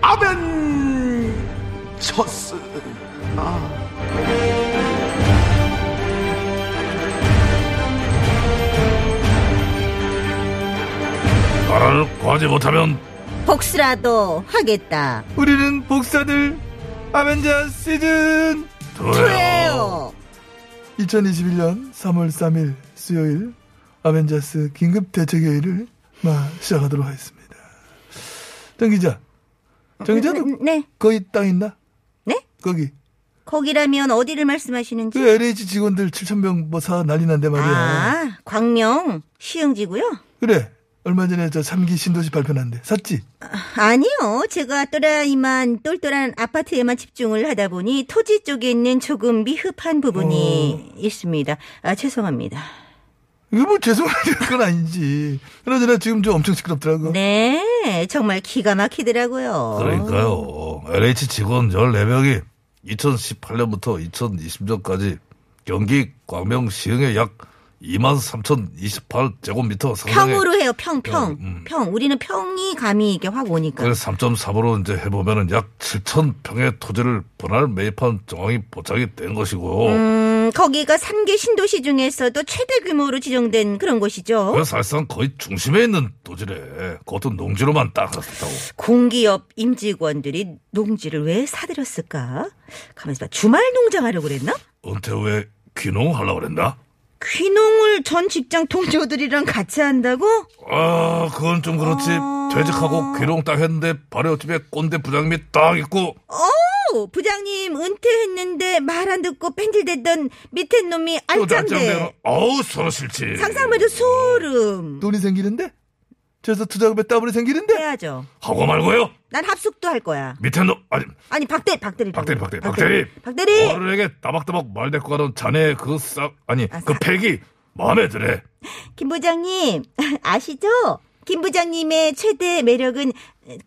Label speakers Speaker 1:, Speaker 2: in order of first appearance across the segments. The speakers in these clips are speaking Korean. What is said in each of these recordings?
Speaker 1: 아벤처스.
Speaker 2: 나라를 구하지 못하면
Speaker 3: 복수라도 하겠다.
Speaker 4: 우리는 복사들 아벤자 시즌
Speaker 2: 돼요.
Speaker 3: 어.
Speaker 4: 2021년 3월 3일 수요일 아벤자스 긴급 대책회의를 마 시작하도록 하겠습니다. 정 기자, 정 기자도
Speaker 3: 네,
Speaker 4: 거기 땅 있나?
Speaker 3: 네?
Speaker 4: 거기
Speaker 3: 거기라면 어디를 말씀하시는지?
Speaker 4: 그 LH 직원들 7천 명뭐사 난리 난데 말이야.
Speaker 3: 아, 광명 시흥지고요.
Speaker 4: 그래 얼마 전에 저 3기 신도시 발표난데 샀지?
Speaker 3: 아니요, 제가 또라이만 똘똘한 아파트에만 집중을 하다 보니 토지 쪽에 있는 조금 미흡한 부분이 있습니다. 아, 죄송합니다.
Speaker 4: 이거 뭐 죄송할 건 아니지. 그러저나 지금 좀 엄청 시끄럽더라고.
Speaker 3: 네, 정말 기가 막히더라고요.
Speaker 2: 그러니까요. LH 어? 직원 14명이 2018년부터 2020년까지 경기 광명 시흥의 약 2만 3,028제곱미터 상당의
Speaker 3: 평으로 해요, 평, 평,
Speaker 2: 음.
Speaker 3: 평. 우리는 평이 감이 이게 확 오니까.
Speaker 2: 그래서 3.3으로 이제 해보면은 약 7,000평의 토지를 분할 매입한 정황이 포착이 된 것이고
Speaker 3: 음, 거기가 3개 신도시 중에서도 최대 규모로 지정된 그런 곳이죠.
Speaker 2: 그래서 사실상 거의 중심에 있는 토지래. 그것도 농지로만 딱 그렇다고.
Speaker 3: 공기업 임직원들이 농지를 왜 사들였을까? 가만있어 봐. 주말 농장하려고 그랬나?
Speaker 2: 은퇴 후에 귀농하려고 그랬나?
Speaker 3: 귀농을 전 직장 동료들이랑 같이 한다고?
Speaker 2: 아, 그건 좀 그렇지.
Speaker 3: 어.
Speaker 2: 퇴직하고 귀농 딱 했는데 발효집에 꼰대 부장님이 딱 있고
Speaker 3: 오, 부장님 은퇴했는데 말 안 듣고 펜질댔던 밑에 놈이
Speaker 2: 또 낮잠대로
Speaker 3: 알짱대.
Speaker 2: 어우 서로 싫지.
Speaker 3: 상상만 해도 소름.
Speaker 4: 돈이 생기는데? 저에서 투자금에 따블이 생기는데?
Speaker 3: 해야죠.
Speaker 2: 하고 말고요.
Speaker 3: 난 합숙도 할 거야.
Speaker 2: 밑에 너 아니
Speaker 3: 아니 박대 박대리.
Speaker 2: 박대리 박대리 박대리.
Speaker 3: 박대리.
Speaker 2: 어른에게 따박따박 말대꾸하던 자네 그 싹 아니
Speaker 3: 아,
Speaker 2: 그
Speaker 3: 싹.
Speaker 2: 팩이 마음에 드래.
Speaker 3: 김 부장님 아시죠? 김 부장님의 최대 매력은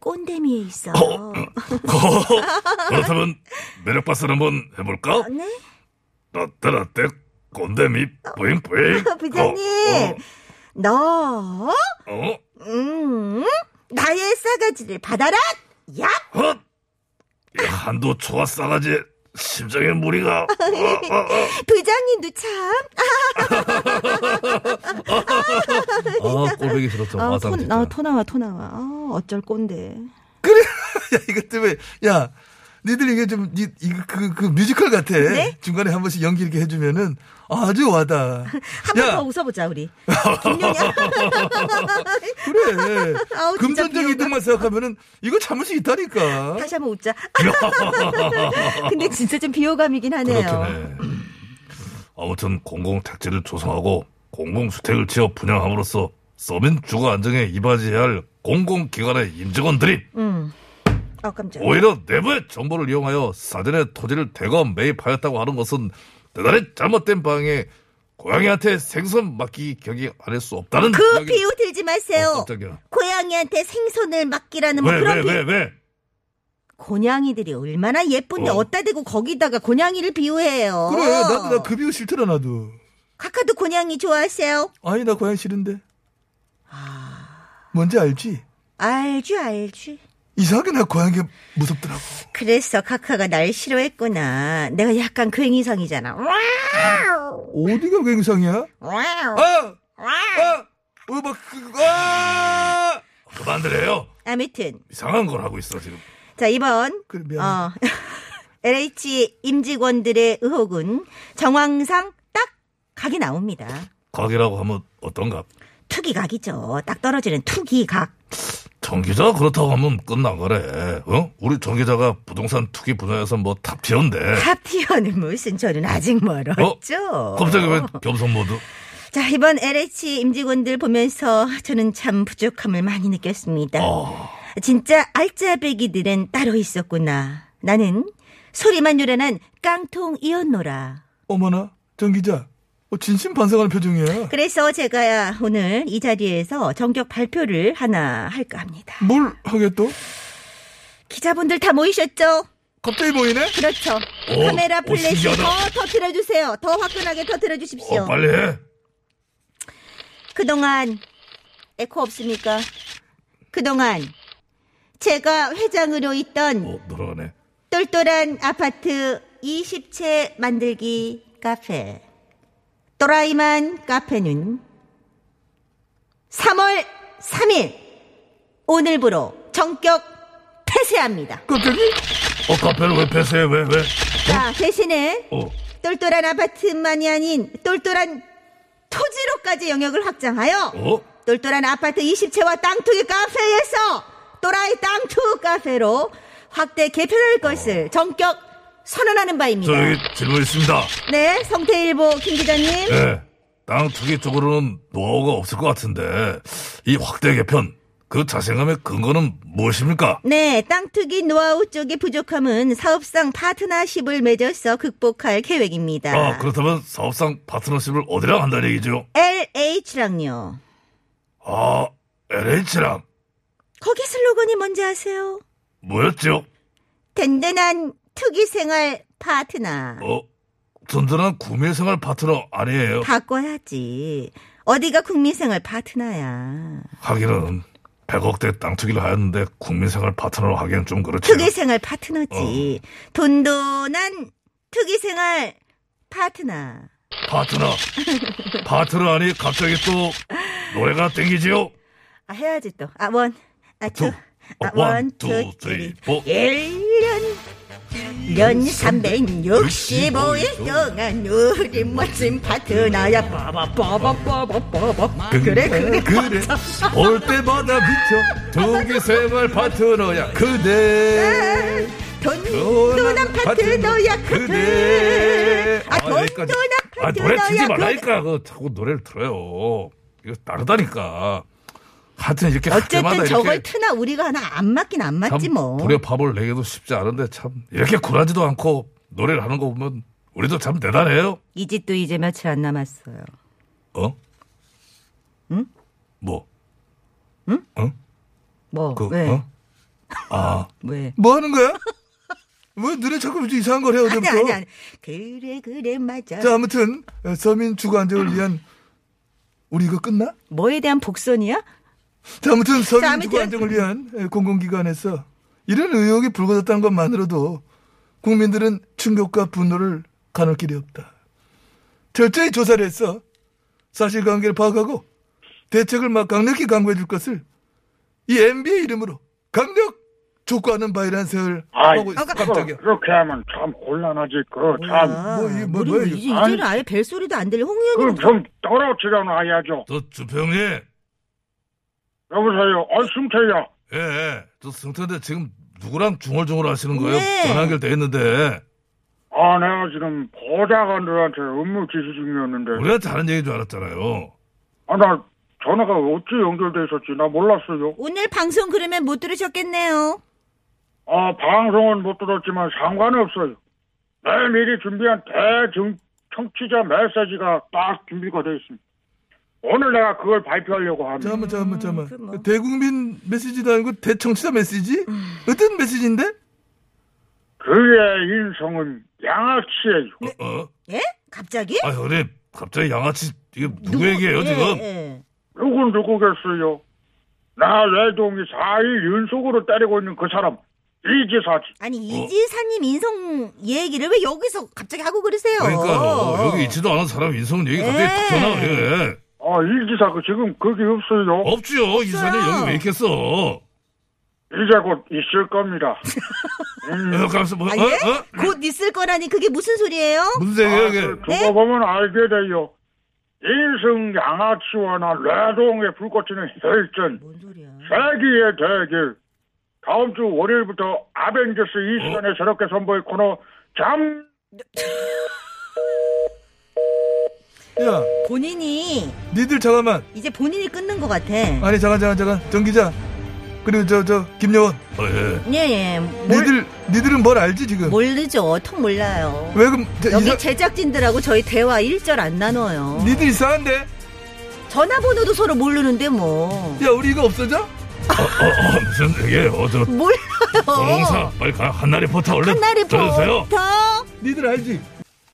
Speaker 3: 꼰대미에 있어.
Speaker 2: 어, 그렇다면 매력박스 한번 해볼까?
Speaker 3: 어, 네?
Speaker 2: 나때나때 꼰대미 뿌잉뿌잉.
Speaker 3: 어, 부장님. 너,
Speaker 2: 어, 어,
Speaker 3: 음, 나의 싸가지를 받아라! 야!
Speaker 2: 어, 헛. 이 한도 초아 싸가지 심장에 무리가. 어, 어, 어.
Speaker 3: 부장님도 참,
Speaker 2: 아, 꼴보기 싫었죠.
Speaker 3: 아,
Speaker 2: 마상
Speaker 3: 토,
Speaker 2: 진짜.
Speaker 3: 아, 토 나와, 토 나와. 아, 어쩔 건데.
Speaker 4: 야, 이것 때문에, 야, 니들 이게 좀, 니, 이거, 그, 그 뮤지컬 같아.
Speaker 3: 네?
Speaker 4: 중간에 한 번씩 연기 이렇게 해주면은 아주 와다.
Speaker 3: 한 번 더 웃어보자, 우리. 김용이야.
Speaker 4: 그래.
Speaker 3: 아우, 어, 진짜
Speaker 4: 금전적
Speaker 3: 비용가.
Speaker 4: 이득만 생각하면은 이거 잘못이 있다니까.
Speaker 3: 다시 한번 웃자. 근데 진짜 좀 비호감이긴 하네요.
Speaker 2: 그렇긴 해. 음. 아무튼 공공택지를 조성하고 공공주택을 지어 분양함으로써 서민 주거 안정에 이바지해야 할 공공기관의 임직원들이
Speaker 3: 음. 아, 깜짝
Speaker 2: 오히려 내부의 정보를 이용하여 사전에 토지를 대거 매입하였다고 하는 것은 대단히 잘못된 방향에 고양이한테 생선 맡기기 경기 안 할 수 없다는
Speaker 3: 그
Speaker 2: 이야기를-
Speaker 3: 비호 들지
Speaker 2: 어,
Speaker 3: 마세요.
Speaker 2: 깜짝이야.
Speaker 3: 고양이한테 생선을 맡기라는 뭐
Speaker 2: 왜,
Speaker 3: 그런
Speaker 2: 왜,
Speaker 3: 비...
Speaker 2: 왜, 왜?
Speaker 3: 고양이들이 얼마나 예쁜데
Speaker 2: 어.
Speaker 3: 어. 디다 대고 거기다가 고양이를 비유해요.
Speaker 4: 그래.
Speaker 3: 어.
Speaker 4: 나도 나 급이고 싫더라, 나도.
Speaker 3: 카카도 고양이 좋아하세요?
Speaker 4: 아니, 나 고양이 싫은데.
Speaker 3: 아.
Speaker 4: 뭔지 알지?
Speaker 3: 알지 알지.
Speaker 4: 이상하게 나 고양이가 무섭더라고.
Speaker 3: 그래서 카카가 날 싫어했구나. 내가 약간 그 괭이상이잖아. 와우!
Speaker 4: 어디가 굉상이야?
Speaker 3: 와우!
Speaker 2: 어?
Speaker 4: 아! 아! 어, 막, 그, 아!
Speaker 2: 그만들래요
Speaker 3: 아무튼
Speaker 2: 이상한 걸 하고 있어 지금
Speaker 3: 자 이번
Speaker 4: 그래, 미안해.
Speaker 3: 어, LH 임직원들의 의혹은 정황상 딱 각이 나옵니다.
Speaker 2: 각이라고 하면 어떤가
Speaker 3: 투기각이죠. 딱 떨어지는 투기각.
Speaker 2: 정 기자 그렇다고 하면 끝난 거래. 어? 우리 정 기자가 부동산 투기 분야에서 뭐 탑티어인데.
Speaker 3: 카티어는 무슨 저는 아직 멀었죠.
Speaker 2: 어? 갑자기 왜 겸손 모드?
Speaker 3: 자, 이번 LH 임직원들 보면서 저는 참 부족함을 많이 느꼈습니다.
Speaker 2: 아,
Speaker 3: 진짜 알짜배기들은 따로 있었구나. 나는 소리만 요란한 깡통이었노라.
Speaker 4: 어머나, 정 기자. 어, 진심 반성하는 표정이야.
Speaker 3: 그래서 제가 오늘 이 자리에서 전격 발표를 하나 할까 합니다.
Speaker 4: 뭘 하겠어?
Speaker 3: 기자분들 다 모이셨죠?
Speaker 4: 갑자기 보이네?
Speaker 3: 그렇죠.
Speaker 2: 오,
Speaker 3: 카메라
Speaker 2: 오,
Speaker 3: 플래시
Speaker 2: 어, 신기하다.
Speaker 3: 더 터트려 주세요. 더 화끈하게 터트려
Speaker 2: 어,
Speaker 3: 주십시오.
Speaker 2: 빨리 해.
Speaker 3: 그동안 에코 없습니까? 그동안 제가 회장으로 있던
Speaker 2: 어, 늘어가네.
Speaker 3: 똘똘한 아파트 20채 만들기 카페 또라이만 카페는 3월 3일 오늘부로 전격 폐쇄합니다.
Speaker 4: 갑자기?
Speaker 2: 어, 카페를 왜 폐쇄해? 왜, 왜?
Speaker 3: 자, 대신에
Speaker 2: 어,
Speaker 3: 똘똘한 아파트만이 아닌 똘똘한 토지로까지 영역을 확장하여
Speaker 2: 어?
Speaker 3: 똘똘한 아파트 20채와 땅투기 카페에서 또라이 땅투 카페로 확대 개편할 것을 전격 선언하는 바입니다.
Speaker 2: 저 여기 질문 있습니다.
Speaker 3: 네, 성태일보 김 기자님.
Speaker 2: 예. 땅 투기 쪽으로는 노하우가 없을 것 같은데, 이 확대 개편, 그 자신감의 근거는 무엇입니까?
Speaker 3: 네, 땅투기 노하우 쪽의 부족함은 사업상 파트너십을 맺어서 극복할 계획입니다.
Speaker 2: 아, 그렇다면 사업상 파트너십을 어디랑 한다는 얘기죠?
Speaker 3: LH랑요.
Speaker 2: 아, LH랑
Speaker 3: 거기 슬로건이 뭔지 아세요?
Speaker 2: 뭐였죠?
Speaker 3: 든든한 투기 생활 파트너.
Speaker 2: 어, 든든한 구매생활 파트너 아니에요?
Speaker 3: 바꿔야지. 어디가 국민생활 파트너야.
Speaker 2: 하기는 100억대 땅 투기를 하였는데 국민생활 파트너로 하기엔 좀 그렇죠. 어.
Speaker 3: 특이 생활 파트너지. 돈돈한 특이 생활 파트너. 아,
Speaker 2: 파트너, 파트너 아니 갑자기 또 노래가 땡기지요?
Speaker 3: 아, 해야지 또. 아, 원. 아,
Speaker 2: 투.
Speaker 3: 투. 아,
Speaker 2: 아,
Speaker 3: 원,
Speaker 2: 원, 투,
Speaker 3: 투, 쓰리, 예.
Speaker 2: 쓰리,
Speaker 3: 포.
Speaker 2: 포.
Speaker 3: 1년. 1년 365일
Speaker 2: 365일
Speaker 3: 동안 우리 멋진 파트너야.
Speaker 5: 음.
Speaker 3: 빠바바바바바바바. 아,
Speaker 2: 그-
Speaker 3: 그래, 그래.
Speaker 4: 그래. 올 때마다 미쳐. 두기 생활 파트너야. 그대.
Speaker 3: 아, 돈돈한 파트너야.
Speaker 4: 음.
Speaker 3: 그래. 아,
Speaker 2: 여기까지.
Speaker 3: 돈돈한
Speaker 2: 아, 노래 치지
Speaker 3: 파트너야. 그래.
Speaker 2: 말라니까. 그 자꾸 노래를 들어요. 이거 다르다니까. 하여튼 이렇게 할 때마다
Speaker 3: 어쨌든 저걸
Speaker 2: 이렇게
Speaker 3: 트나 우리가 하나 안 맞긴 안 맞지 뭐.
Speaker 2: 불에 밥을 내기도 쉽지 않은데 참 이렇게 굴하지도 않고 노래를 하는 거 보면 우리도 참 대단해요.
Speaker 3: 이 집도 이제 며칠 안 남았어요.
Speaker 2: 어? 응? 뭐? 어?
Speaker 3: 뭐?
Speaker 2: 그
Speaker 3: 왜?
Speaker 2: 어? 아,
Speaker 3: 왜?
Speaker 4: 뭐 하는 거야? 왜 눈에 자꾸 이상한 걸 해요,
Speaker 3: 뭐. 아니 아니
Speaker 4: 어제부터?
Speaker 3: 아니. 그래 그래 맞아.
Speaker 4: 자, 아무튼, 어, 서민 주거 안정을 위한, 우리 이거 끝나?
Speaker 3: 뭐에 대한 복선이야?
Speaker 4: 자, 아무튼
Speaker 3: 자,
Speaker 4: 서민
Speaker 3: 아무튼.
Speaker 4: 주거 안정을 위한 예, 공공기관에서 이런 의혹이 불거졌다는 것만으로도 국민들은 충격과 분노를 가눌 길이 없다. 철저히 조사를 해서 사실관계를 파악하고 대책을 막 강력히 강구해 줄 것을 이 MB의 이름으로 강력 촉구하는 바이라는 세을
Speaker 6: 아이,
Speaker 4: 하고 있어.
Speaker 3: 아까-
Speaker 4: 깜짝이야.
Speaker 6: 그렇게 하면 참 곤란하지, 그거 참.
Speaker 3: 아,
Speaker 4: 뭐, 이게 뭐,
Speaker 3: 우리
Speaker 4: 뭐야,
Speaker 3: 이제
Speaker 6: 이거.
Speaker 3: 이제는 아예 벨 소리도 안 들려. 홍윤이
Speaker 6: 그럼 좀 떨어지려 놔야죠.
Speaker 2: 저 주평이
Speaker 6: 여보세요, 어, 얼숨태야
Speaker 2: 예, 예. 저 성태인데 지금 누구랑 중얼중얼 하시는 거예요?
Speaker 3: 네.
Speaker 2: 전화 연결돼 있는데
Speaker 6: 아, 내가 지금 보좌관들한테 업무 지시 중이었는데.
Speaker 2: 우리한테 하는 얘기인 줄 알았잖아요. 어,
Speaker 6: 아, 나 전화가 어찌 연결돼 있었지? 나 몰랐어요.
Speaker 3: 오늘 방송 그러면 못 들으셨겠네요.
Speaker 6: 아, 방송은 못 들었지만 상관없어요. 내일 미리 준비한 대중 청취자 메시지가 딱 준비가 돼 있습니다. 오늘 내가 그걸 발표하려고 합니다.
Speaker 4: 잠깐만, 잠깐만, 잠깐만.
Speaker 3: 그 뭐.
Speaker 4: 대국민 메시지도 아니고 대청취자 메시지?
Speaker 3: 음.
Speaker 4: 어떤 메시지인데?
Speaker 6: 그의 인성은 양아치예요.
Speaker 2: 어, 어?
Speaker 3: 예? 갑자기?
Speaker 2: 아, 형님, 갑자기 양아치 이게 누구 얘기예요
Speaker 3: 예,
Speaker 2: 지금?
Speaker 3: 예.
Speaker 6: 누군 누구겠어요? 나 외동이 4일 연속으로 때리고 있는 그 사람 이지사지
Speaker 3: 아니
Speaker 2: 어.
Speaker 3: 이지사님 인성 얘기를 왜 여기서 갑자기 하고 그러세요?
Speaker 2: 그러니까요. 여기 있지도 않은 사람 인성 얘기 갑자기
Speaker 3: 예.
Speaker 2: 툭 튀어나와요. 예.
Speaker 6: 아 이지사 그 지금 거기 없어요
Speaker 2: 없지요. 이 사람이
Speaker 3: 없어요.
Speaker 2: 여기 왜 있겠어?
Speaker 6: 이제 곧 있을 겁니다
Speaker 2: 어,
Speaker 6: 음,
Speaker 2: 가면서 뭐,
Speaker 3: 아,
Speaker 2: 어?
Speaker 3: 예?
Speaker 2: 어?
Speaker 3: 곧 있을 거라니 그게 무슨 소리예요?
Speaker 2: 무슨 얘기예요, 이게? 어,
Speaker 6: 그걸 두고
Speaker 3: 네?
Speaker 6: 보면 알게 돼요 인성 양아치와 나 외동의 불꽃이는 혈전
Speaker 3: 뭔 소리야?
Speaker 6: 세기의 대결 다음 주 월요일부터 아벤져스 이 시간에
Speaker 3: 어?
Speaker 6: 새롭게 선보일 코너 잠
Speaker 4: 야,
Speaker 3: 본인이
Speaker 4: 니들 잠깐만.
Speaker 3: 이제 본인이 끊는 것 같아.
Speaker 4: 아니 잠깐 잠깐 잠깐 정 기자 그리고 저, 저, 김여원.
Speaker 2: 아, 예.
Speaker 3: 예,
Speaker 4: 네.
Speaker 3: 예. 몰,
Speaker 4: 니들, 니들은 뭘 알지, 지금?
Speaker 3: 모르죠. 통 몰라요.
Speaker 4: 왜 그럼, 저,
Speaker 3: 여기
Speaker 4: 이사,
Speaker 3: 제작진들하고 저희 대화 일절 안 나눠요.
Speaker 4: 니들 이상한데?
Speaker 3: 전화번호도 서로 모르는데 뭐.
Speaker 4: 야, 우리 이거
Speaker 2: 어,
Speaker 4: 없어져?
Speaker 2: 어, 무슨 얘기예요? 저
Speaker 3: 몰라요.
Speaker 2: 공공사 빨리 가. 어? 한나리 포타 얼른
Speaker 3: 한나리
Speaker 2: 들어주세요.
Speaker 3: 포터.
Speaker 4: 니들 알지?